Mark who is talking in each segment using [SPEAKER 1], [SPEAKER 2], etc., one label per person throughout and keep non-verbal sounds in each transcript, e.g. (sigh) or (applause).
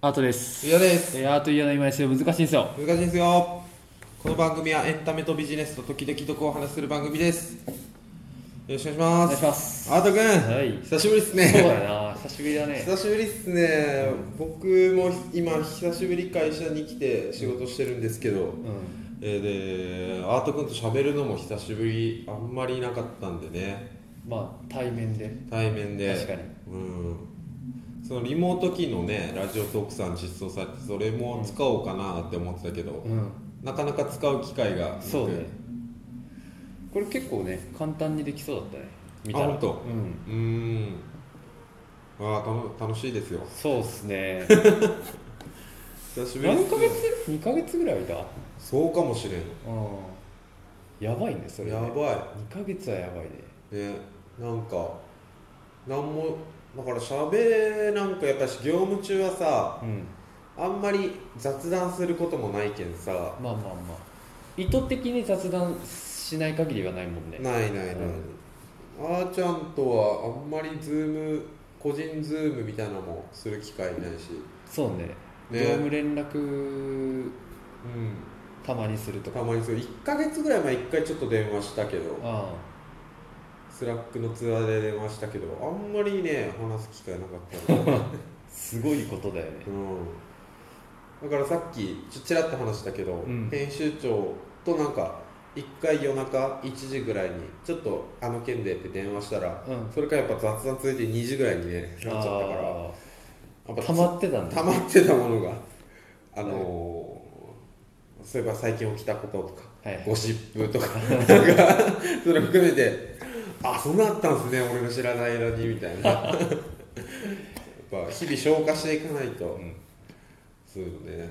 [SPEAKER 1] アートです
[SPEAKER 2] 以上です
[SPEAKER 1] えーアート嫌な今ですよ難しいんですよ
[SPEAKER 2] 難しいですよこの番組はエンタメとビジネスと時々どこをお話しする番組ですよろしくお
[SPEAKER 1] お
[SPEAKER 2] 願い
[SPEAKER 1] 願い
[SPEAKER 2] し
[SPEAKER 1] し
[SPEAKER 2] ま
[SPEAKER 1] ますす
[SPEAKER 2] アートくん、
[SPEAKER 1] い
[SPEAKER 2] 久しぶりです
[SPEAKER 1] そう
[SPEAKER 2] ね
[SPEAKER 1] だよな久しぶりだね
[SPEAKER 2] 久しぶりっすね僕も今久しぶり会社に来て仕事してるんですけど
[SPEAKER 1] うん
[SPEAKER 2] えーでアートくんと喋るのも久しぶりあんまりなかったんでね
[SPEAKER 1] まあ対面で
[SPEAKER 2] 対面で
[SPEAKER 1] 確かに
[SPEAKER 2] うんそのリモート機能ねラジオトークさん実装されてそれも使おうかなって思ってたけど、
[SPEAKER 1] うん
[SPEAKER 2] なかなか使う機会がなく
[SPEAKER 1] そうねこれ結構ね簡単にできそうだったね見たら
[SPEAKER 2] あ本当
[SPEAKER 1] うん
[SPEAKER 2] うーんああ楽しいですよ
[SPEAKER 1] そうっすね
[SPEAKER 2] (laughs) 久しぶりっす
[SPEAKER 1] 何ヶ月2ヶ月ぐらいだうん
[SPEAKER 2] そうかもしれん
[SPEAKER 1] やばいねそれね
[SPEAKER 2] やば
[SPEAKER 1] 2ヶ月はやばいね
[SPEAKER 2] いねなんかなんもだから喋なんかやっぱし業務中はさ
[SPEAKER 1] うん
[SPEAKER 2] あんまり雑談することもないけんさ
[SPEAKER 1] まあまあまあ意図的に雑談しない限りはないもんね
[SPEAKER 2] ないないない、あーちゃんとはあんまりズーム個人ズームみたいなのもする機会ないし
[SPEAKER 1] そうね
[SPEAKER 2] ね
[SPEAKER 1] 業務連絡
[SPEAKER 2] う
[SPEAKER 1] たまにすると
[SPEAKER 2] ん
[SPEAKER 1] か
[SPEAKER 2] たまにそう1ヶ月ぐらい前1回ちょっと電話したけど
[SPEAKER 1] あ
[SPEAKER 2] スラックのツアーで電話したけどあんまりね話す機会なかった
[SPEAKER 1] (laughs)
[SPEAKER 2] の、
[SPEAKER 1] あすごいことだよね
[SPEAKER 2] うん、だからさっきちょちらっと話したけど、
[SPEAKER 1] うん
[SPEAKER 2] 編集長となんか一回夜中1時ぐらいにちょっとあの件でって電話したら
[SPEAKER 1] うん
[SPEAKER 2] それからやっぱ雑談続いて2時ぐらいにねなっちゃったからや
[SPEAKER 1] あ
[SPEAKER 2] っ
[SPEAKER 1] あ
[SPEAKER 2] ぱ
[SPEAKER 1] たまってたん
[SPEAKER 2] 溜
[SPEAKER 1] だ
[SPEAKER 2] まってたものがあのーそういえば最近起きたこととか
[SPEAKER 1] はい
[SPEAKER 2] ゴシップとかなんかそれ含めてあそんなあったんですね俺の知らない間にみたいなやっぱ日々消化していかないと、
[SPEAKER 1] ん
[SPEAKER 2] そういうのね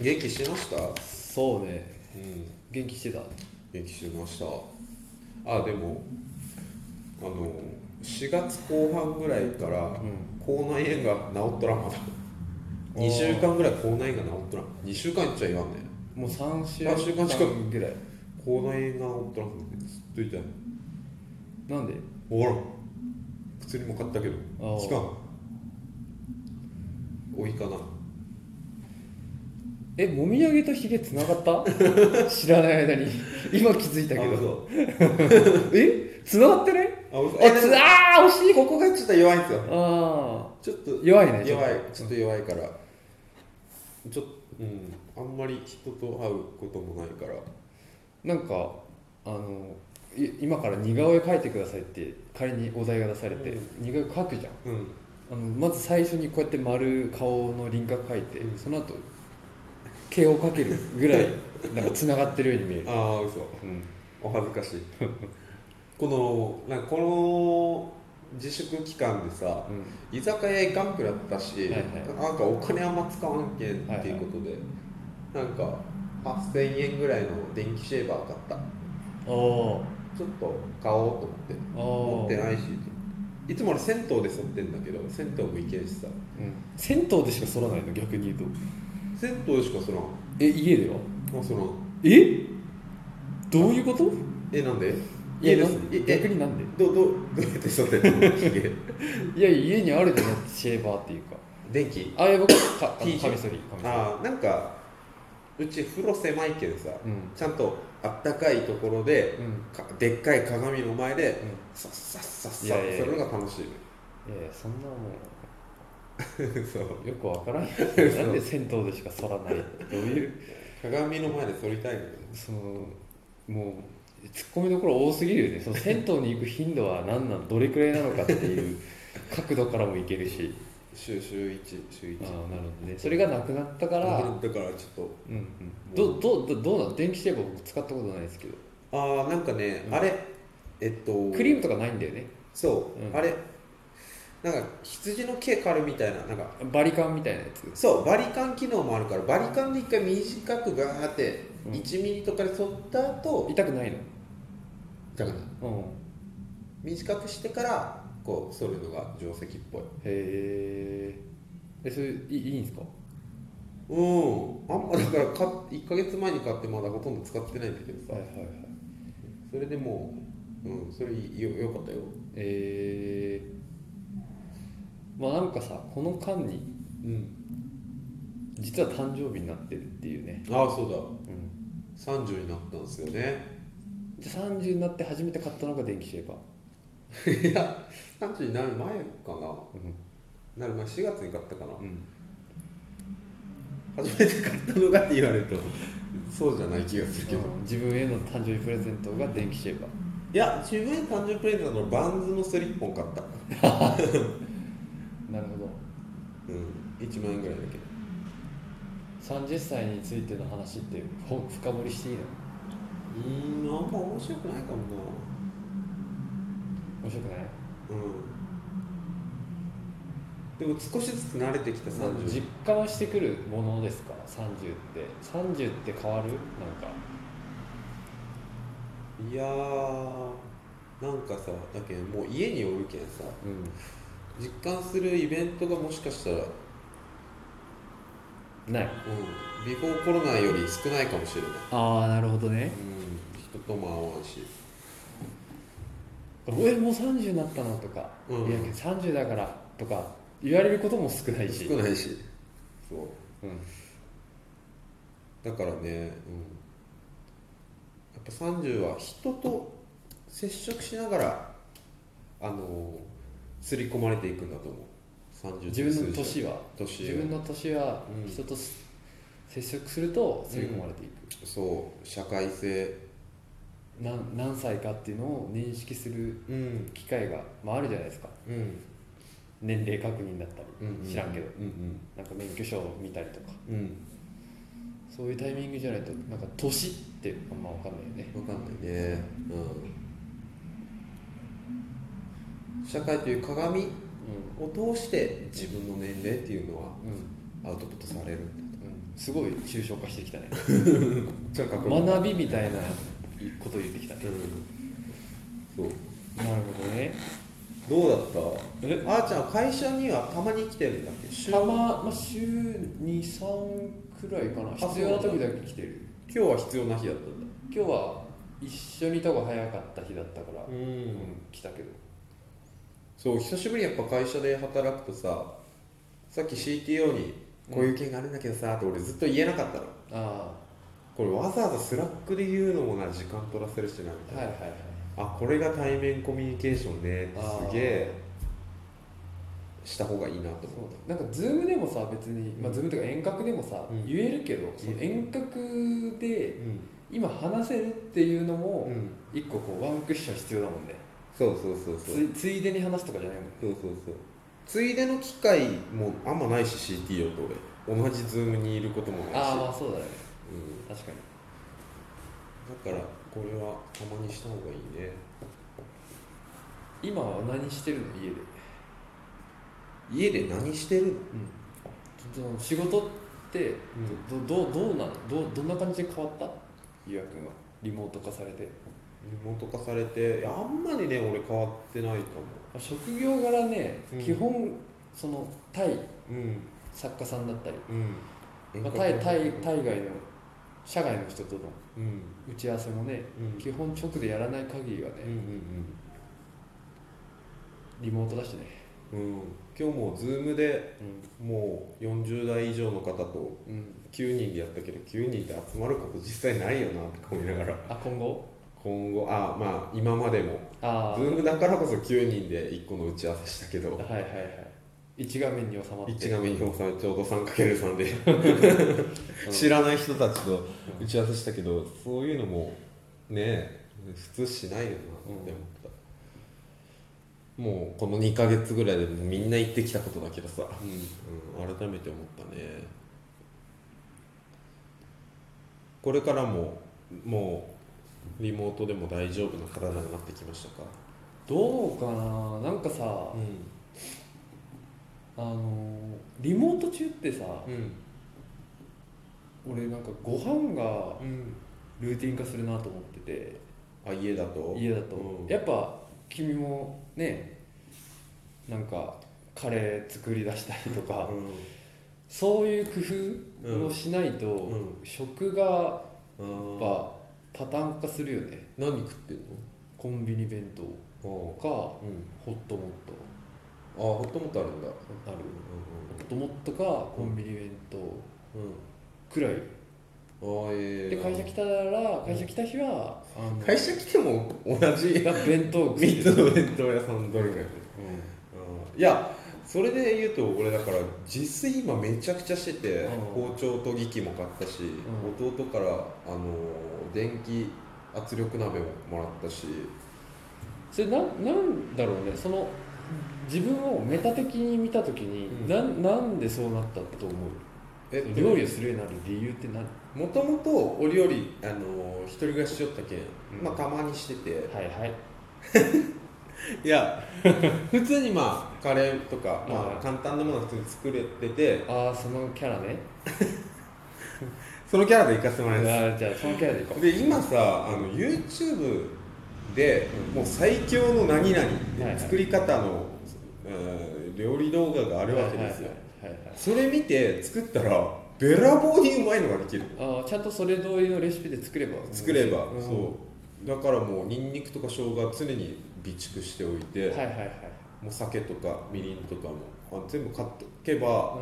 [SPEAKER 2] 元気してましたう
[SPEAKER 1] そうね
[SPEAKER 2] ん
[SPEAKER 1] 元気してた
[SPEAKER 2] 元気してましたあでもあの4月後半ぐらいから
[SPEAKER 1] ん
[SPEAKER 2] 口内炎が治っとらんまだ
[SPEAKER 1] あー
[SPEAKER 2] 2週間ぐらい口内炎が治っとらん2週間いっちゃ言わんね
[SPEAKER 1] もう3週
[SPEAKER 2] 三週間近く
[SPEAKER 1] ぐらい
[SPEAKER 2] 口内炎が治っとらんねずっと痛い
[SPEAKER 1] なんで
[SPEAKER 2] おらん薬も買ったけど
[SPEAKER 1] あー
[SPEAKER 2] 効かんおいかな
[SPEAKER 1] えもみあげとひげつながった (laughs) 知らない間に今気づいたけど
[SPEAKER 2] ど
[SPEAKER 1] えつながってね
[SPEAKER 2] あ嘘
[SPEAKER 1] あ
[SPEAKER 2] え
[SPEAKER 1] つあー惜しい
[SPEAKER 2] ここがちょっと弱いんですよ
[SPEAKER 1] あ
[SPEAKER 2] ちょっと
[SPEAKER 1] 弱いねちょっと
[SPEAKER 2] 弱いちょっと弱いからちょっとうんあんまり人と会うこともないから
[SPEAKER 1] あなんかあのい今から似顔絵描いてくださいって仮にお題が出されて、
[SPEAKER 2] う
[SPEAKER 1] 似顔絵描くじゃん
[SPEAKER 2] うん
[SPEAKER 1] あのまず最初にこうやって丸顔の輪郭描いて、
[SPEAKER 2] うん
[SPEAKER 1] その後毛を描けるぐ (laughs) らいなんかつながってるように見える、
[SPEAKER 2] ああ嘘
[SPEAKER 1] うん、
[SPEAKER 2] お恥ずかしいこのなんかこの自粛期間でさ居酒屋行かんくなったし、
[SPEAKER 1] はいはい
[SPEAKER 2] なんかお金あんま使わんけんっていうことで、なんか8000円ぐらいの電気シェーバー買った
[SPEAKER 1] うん、あ
[SPEAKER 2] ちょっと買おうと思って
[SPEAKER 1] あ
[SPEAKER 2] 持って
[SPEAKER 1] ああ、
[SPEAKER 2] ないしいつも俺銭湯で剃ってんだけど銭湯も行けんしさ
[SPEAKER 1] うん、銭湯でしか剃らないの逆に言うと
[SPEAKER 2] 銭湯しかそらん
[SPEAKER 1] え家では
[SPEAKER 2] あそらん
[SPEAKER 1] えどういうこと
[SPEAKER 2] えなんで
[SPEAKER 1] いや
[SPEAKER 2] で
[SPEAKER 1] な
[SPEAKER 2] す
[SPEAKER 1] ん
[SPEAKER 2] え
[SPEAKER 1] 逆
[SPEAKER 2] え
[SPEAKER 1] になんで
[SPEAKER 2] どどどうやって剃ってんのひげ
[SPEAKER 1] いや家にあるじゃんシェーバーっていうか
[SPEAKER 2] 電気
[SPEAKER 1] あいや僕かあの
[SPEAKER 2] T
[SPEAKER 1] カミソリカミソリ
[SPEAKER 2] ああなんかうち風呂狭いけどさ
[SPEAKER 1] うん
[SPEAKER 2] ちゃんとあったかいところで
[SPEAKER 1] うん
[SPEAKER 2] かでっかい鏡の前で
[SPEAKER 1] うん
[SPEAKER 2] さっさっさっさ
[SPEAKER 1] いやいやいや
[SPEAKER 2] それが
[SPEAKER 1] (laughs)
[SPEAKER 2] 楽しいね
[SPEAKER 1] いやいやそんなも
[SPEAKER 2] そう
[SPEAKER 1] うよくわ (laughs) からんよなんで銭湯でしか剃らないどういう
[SPEAKER 2] 鏡の前で剃りたいのよ
[SPEAKER 1] そのもうツッコミどころ多すぎるよねその銭湯に行く頻度は何なのどれくらいなのかっていう角度からもいけるし
[SPEAKER 2] 週週一週一
[SPEAKER 1] ああなるほどねそれがなくなったか
[SPEAKER 2] だ
[SPEAKER 1] ら、
[SPEAKER 2] だからちょっ
[SPEAKER 1] うんうん、どどどどうなの電気シェーバー僕使ったことないですけど
[SPEAKER 2] とああなんかね、
[SPEAKER 1] うん
[SPEAKER 2] あれえっと
[SPEAKER 1] クリームとかないんだよね
[SPEAKER 2] そう、
[SPEAKER 1] うん
[SPEAKER 2] あれなんか羊の毛刈るみたいななんか
[SPEAKER 1] バリカンみたいなやつ
[SPEAKER 2] そうバリカン機能もあるからバリカンで一回短くガーって
[SPEAKER 1] うん
[SPEAKER 2] 1ミリとかで剃った後、
[SPEAKER 1] 痛くないの
[SPEAKER 2] だから
[SPEAKER 1] うん
[SPEAKER 2] 短くしてからこう剃るのが定石っぽい
[SPEAKER 1] へええそれいいいいんですか
[SPEAKER 2] うんあんまだからか1か月前に買ってまだほとんど使ってないんだけどさ、
[SPEAKER 1] はいはいはい
[SPEAKER 2] それでもう、うん、それいいよよかったよ
[SPEAKER 1] えまあなんかさこの間に
[SPEAKER 2] うん
[SPEAKER 1] 実は誕生日になってるっていうね、
[SPEAKER 2] ああそうだ
[SPEAKER 1] うん、
[SPEAKER 2] 30になったんですよね (laughs)
[SPEAKER 1] で30になって初めて買ったのが電気シェーバー、
[SPEAKER 2] いや30になる前
[SPEAKER 1] う
[SPEAKER 2] か
[SPEAKER 1] ん
[SPEAKER 2] ななる前4月に買ったかな
[SPEAKER 1] うん、
[SPEAKER 2] 初めて買ったのかって言われるとそうじゃない気がするけど
[SPEAKER 1] 自分への誕生日プレゼントが電気シェーバー
[SPEAKER 2] いや自分へ誕生日プレゼントのバンズのスリッポン買った
[SPEAKER 1] なるほど
[SPEAKER 2] うん1万円ぐらいだけど
[SPEAKER 1] 30歳についての話ってほ深掘りしていいの
[SPEAKER 2] うーんあんま面白くないかも
[SPEAKER 1] 面白くない
[SPEAKER 2] なうんでも少しずつ慣れてきた30
[SPEAKER 1] 実感はしてくるものですか30って30って変わるなんか
[SPEAKER 2] いやーなんかさだけどもう家におるけんさ
[SPEAKER 1] う
[SPEAKER 2] 実感するイベントがもしかしたら、うん、
[SPEAKER 1] んない
[SPEAKER 2] ビフォーコロナより少ないかもしれない、
[SPEAKER 1] ああなるほどね
[SPEAKER 2] うん、人とも会わんし
[SPEAKER 1] 俺もう30になったなとか、
[SPEAKER 2] うん
[SPEAKER 1] いや30だからとか言われることも少ないし
[SPEAKER 2] 少ないしそう
[SPEAKER 1] うん、
[SPEAKER 2] だからね、うん、やっぱ30は人と接触しながらあの刷り込まれていくんだと思う30
[SPEAKER 1] 自分の年は
[SPEAKER 2] 年
[SPEAKER 1] 自分の年は
[SPEAKER 2] うん
[SPEAKER 1] 人とす、接触すると吸い込まれていく、
[SPEAKER 2] そう社会性
[SPEAKER 1] なん何歳かっていうのを認識する
[SPEAKER 2] うん
[SPEAKER 1] 機会が、まあ、あるじゃないですか
[SPEAKER 2] うん
[SPEAKER 1] 年齢確認だったり、
[SPEAKER 2] うん
[SPEAKER 1] 知らんけど
[SPEAKER 2] うん
[SPEAKER 1] なんか免許証を見たりとか
[SPEAKER 2] うんうん
[SPEAKER 1] そういうタイミングじゃないとなんか年ってあんま分かんないよね
[SPEAKER 2] 分かんないねうん社会という鏡を通して自分の年齢っていうのは
[SPEAKER 1] うんうん
[SPEAKER 2] アウトプットされるんだ
[SPEAKER 1] うんすごい抽象化してきたね
[SPEAKER 2] じゃあ
[SPEAKER 1] 学びみたいなこと言ってきたね
[SPEAKER 2] そう
[SPEAKER 1] なるほどね
[SPEAKER 2] どうだった
[SPEAKER 1] え
[SPEAKER 2] あーちゃん会社にはたまに来てるんだっけ週
[SPEAKER 1] たま、
[SPEAKER 2] 今
[SPEAKER 1] まあ、週23くらいかな必要な時だけ来てる
[SPEAKER 2] 日は必要な日だったんだ
[SPEAKER 1] 今日は一緒にいた方が早かった日だったから、
[SPEAKER 2] う
[SPEAKER 1] うんん来たけど
[SPEAKER 2] そう久しぶりにやっぱ会社で働くとささっき CTO に「こういう件があるんだけどさ」って俺ずっと言えなかったの
[SPEAKER 1] あ
[SPEAKER 2] これわざわざスラックで言うのもな時間取らせるしなみ
[SPEAKER 1] あ
[SPEAKER 2] たい
[SPEAKER 1] は、
[SPEAKER 2] ない
[SPEAKER 1] はいはい
[SPEAKER 2] あこれが対面コミュニケーションねって
[SPEAKER 1] あー
[SPEAKER 2] すげえした方がいいなと
[SPEAKER 1] そう
[SPEAKER 2] 思っ
[SPEAKER 1] だなんかズームでもさ別に、まあ、
[SPEAKER 2] うん
[SPEAKER 1] ズームとか遠隔でもさ、
[SPEAKER 2] うん
[SPEAKER 1] 言えるけどその遠隔
[SPEAKER 2] た
[SPEAKER 1] で
[SPEAKER 2] うん、
[SPEAKER 1] 今話せるっていうのも
[SPEAKER 2] うん、
[SPEAKER 1] 一個こうワンクッション必要だもんね
[SPEAKER 2] そうそうそうそう
[SPEAKER 1] つついでに話すとかじゃないもん
[SPEAKER 2] そうそうそうついでの機会もあんまないし CTO と俺同じ Zoom にいることもないし
[SPEAKER 1] ああまあそうだね
[SPEAKER 2] うん、
[SPEAKER 1] 確かに
[SPEAKER 2] だからこれはたまにした方がいいね
[SPEAKER 1] 今は何してるの家で
[SPEAKER 2] 家で何してるの
[SPEAKER 1] その仕事って
[SPEAKER 2] ん
[SPEAKER 1] どどうどうなのどうどんな感じで変わったゆうやくんはリモート化されて
[SPEAKER 2] リモート化されていやあんまりね俺変わってないかも
[SPEAKER 1] 職業柄ね、
[SPEAKER 2] うん
[SPEAKER 1] 基本そのタイ
[SPEAKER 2] うん
[SPEAKER 1] 作家さんだったり、
[SPEAKER 2] うん
[SPEAKER 1] まあ、タイタイタイ外の社外の人との
[SPEAKER 2] うん
[SPEAKER 1] 打ち合わせもね
[SPEAKER 2] うんうん
[SPEAKER 1] 基本直でやらない限りはね、リモートだしね、
[SPEAKER 2] うんうん今日も Zoom でもう40代以上の方と
[SPEAKER 1] うんうん、
[SPEAKER 2] 9人でやったけど9人で集まること実際ないよなって思いながら
[SPEAKER 1] あ今後
[SPEAKER 2] 今後あまあ今までも
[SPEAKER 1] ああ
[SPEAKER 2] Zoom だからこそ9人で1個の打ち合わせしたけど
[SPEAKER 1] はいはいはい一画面に収まって
[SPEAKER 2] 一画面表さんちょうど 3×3 で
[SPEAKER 1] うん
[SPEAKER 2] 知らない人たちと打ち合わせしたけど、そういうのもねえ普通しないよなって思った、もうこの2ヶ月ぐらいでもうみんな行ってきたことだけどさ、
[SPEAKER 1] うん
[SPEAKER 2] うん、改めて思ったねこれからももうリモートでも大丈夫な体になってきましたか
[SPEAKER 1] どうかななんかさ、
[SPEAKER 2] う
[SPEAKER 1] あのリモート中ってさ、
[SPEAKER 2] んうん
[SPEAKER 1] 俺なんかご飯が
[SPEAKER 2] うん
[SPEAKER 1] ルーティン化するなと思ってて
[SPEAKER 2] あ家だと
[SPEAKER 1] 家だと、
[SPEAKER 2] うん
[SPEAKER 1] やっぱ君もねなんかカレー作り出したりとか、そういう工夫をしないと、
[SPEAKER 2] うん
[SPEAKER 1] 食がや
[SPEAKER 2] う
[SPEAKER 1] っ
[SPEAKER 2] んあ
[SPEAKER 1] ぱパターン化するよね
[SPEAKER 2] 何食ってん
[SPEAKER 1] コンビニ弁当
[SPEAKER 2] の
[SPEAKER 1] とか
[SPEAKER 2] うん
[SPEAKER 1] ホットモット
[SPEAKER 2] ああホットモットあるんだ
[SPEAKER 1] ある
[SPEAKER 2] う
[SPEAKER 1] ホットモットかコンビニ弁当
[SPEAKER 2] んうんうん
[SPEAKER 1] くらい
[SPEAKER 2] ああえ
[SPEAKER 1] で
[SPEAKER 2] え
[SPEAKER 1] 会社来たら会社来た日はあの
[SPEAKER 2] 会社来ても同じ
[SPEAKER 1] が弁当食
[SPEAKER 2] 3
[SPEAKER 1] い
[SPEAKER 2] つの弁当屋さんどれかや
[SPEAKER 1] う
[SPEAKER 2] いやそれで言うと俺だから自炊今めちゃくちゃしてて
[SPEAKER 1] うん
[SPEAKER 2] 包丁と機器も買ったし、弟からあの電気圧力鍋ももらったし
[SPEAKER 1] んそれなんなんだろうねその自分をメタ的に見た時に、
[SPEAKER 2] うん
[SPEAKER 1] なん、なんでそうなったと思う
[SPEAKER 2] え
[SPEAKER 1] 料理をするようになる理由って何
[SPEAKER 2] もともとお料理あの一人暮らししよったけん、
[SPEAKER 1] うん
[SPEAKER 2] まあたまにしてて
[SPEAKER 1] はいはい
[SPEAKER 2] いや普通にまあカレーとか、ま
[SPEAKER 1] うん
[SPEAKER 2] あ、簡単なものは普通に作れてて
[SPEAKER 1] ああそのキャラね
[SPEAKER 2] そのキャラで行かせても
[SPEAKER 1] あ
[SPEAKER 2] らいます
[SPEAKER 1] ーじゃあそのキャラでいこう
[SPEAKER 2] で今さあの YouTube でもう最強の何々って
[SPEAKER 1] はいはい
[SPEAKER 2] 作り方の、うん料理動画があるわけですよ、
[SPEAKER 1] はいはいはいはい
[SPEAKER 2] それ見て作ったらべらぼうにうまいのができる
[SPEAKER 1] あーちゃんとそれ通りのレシピで作れば
[SPEAKER 2] 作れば、
[SPEAKER 1] うん
[SPEAKER 2] そうだからもうニンニクとか生姜は常に備蓄しておいて、
[SPEAKER 1] はいはいはい
[SPEAKER 2] もう酒とかみりんとかもあ全部買っとけば、も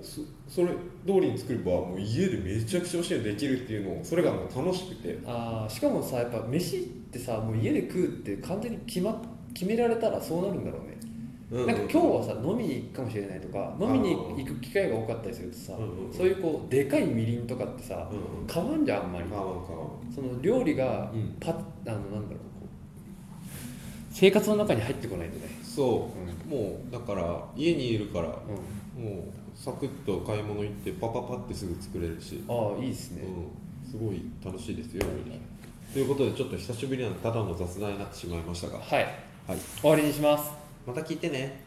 [SPEAKER 2] うそそれ通りに作ればもう家でめちゃくちゃおしゃれできるっていうのをそれがもう楽しくて
[SPEAKER 1] あーしかもさやっぱ飯ってさもう家で食うって完全に決,、ま、決められたらそうなるんだろうね、な
[SPEAKER 2] な
[SPEAKER 1] んか今日はさ飲みに行くかもしれないとか飲みに行く機会が多かったりするとさ、
[SPEAKER 2] うんうんうん
[SPEAKER 1] そういうこうでかいみりんとかってさ、
[SPEAKER 2] うんうん
[SPEAKER 1] 買わんじゃんあんまり、
[SPEAKER 2] 買わん買わん
[SPEAKER 1] その料理が
[SPEAKER 2] うん
[SPEAKER 1] パッあのなんだろうこう生活の中に入ってこないとね、
[SPEAKER 2] そううもうだから家にいるからも
[SPEAKER 1] ん
[SPEAKER 2] うサクッと買い物行ってパパパってすぐ作れるし、
[SPEAKER 1] ああいいですね、
[SPEAKER 2] うん、すごい楽しいですよということでちょっと久しぶりなんでただの雑談になってしまいましたが
[SPEAKER 1] はい
[SPEAKER 2] はい
[SPEAKER 1] 終わりにします
[SPEAKER 2] また聞いてね